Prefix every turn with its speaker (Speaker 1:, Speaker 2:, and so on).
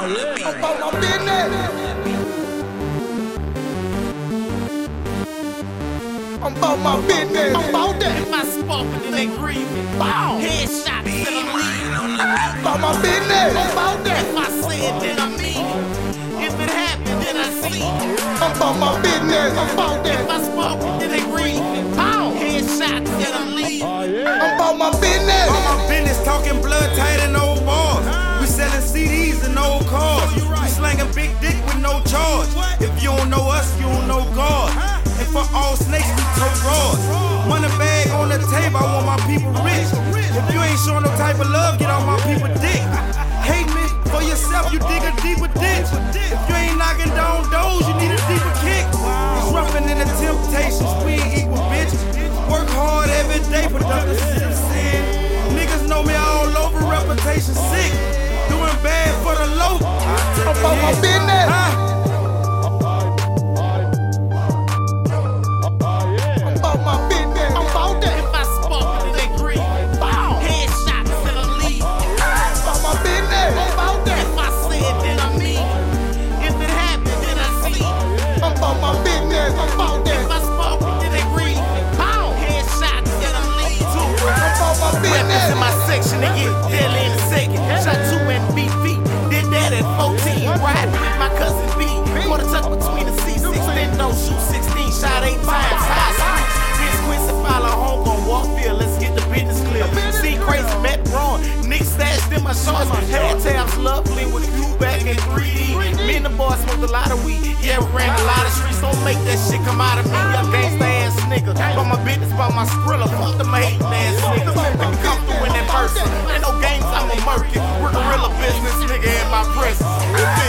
Speaker 1: about my business. I'm about my business. I'm about that.
Speaker 2: If I spark with an agreement, bow. Headshots that I'm leaving.
Speaker 1: I'm about my business. I'm about that.
Speaker 2: If I say it, then I mean it. If it happened, then I see it.
Speaker 1: I'm about my business. I'm about
Speaker 2: If
Speaker 1: that.
Speaker 2: I spark with an agreement, bow. Headshots that I'm leaving.
Speaker 1: I'm about my business.
Speaker 3: All my business talking blood tight and old bars. We selling CDs and old cars. We slanging big dick with no charge. If you don't know us, you don't know God. And for all snakes, we tote rods. Money bag on the table, I want my people rich. If you ain't showing no type of love, get on my people dick. Hate me for yourself, you dig a deeper ditch. If you ain't knocking down doors, you need a deeper kick. It's roughing in the temptations, we ain't equal, bitch. Work hard every day, productive citizen. Niggas know me all over, reputation sick. Doing bad for the low.
Speaker 1: I'm about my business.
Speaker 3: Huh?
Speaker 1: I'm about my business. I'm about that.
Speaker 2: If I spark with an agreement, bow. Headshots that I'm leaving.
Speaker 1: I'm about my business. I'm about that.
Speaker 2: If I say it, then I mean it. If it happened, then I see it.
Speaker 1: I'm about my business. I'm about
Speaker 2: If
Speaker 1: that.
Speaker 2: I spark with an agreement, bow. Headshots that I'm leaving.
Speaker 1: I'm about my business.
Speaker 2: Rappers in my section, they get deadly in a second. Shot two and BP, did that at 14. Riding with my cousin B, quarter tuck between the C6, then no shoot 16, shot eight times. High school, Vince Quincy follow home on Walkfield, let's get the business clear. See crazy Matt Braun, Nick stashed in my shorts. Hair tabs lovely with you back in 3D. Me and the boys smoked a lot of weed, yeah, we ran a lot of streets. Don't make that shit come out of me, you gangsta ass nigga. But my business, by my skrilla, fuck them hating ass niggas. When you come through in that person, ain't no games, I'm a murky. We're guerrilla business, nigga, in my presence. Been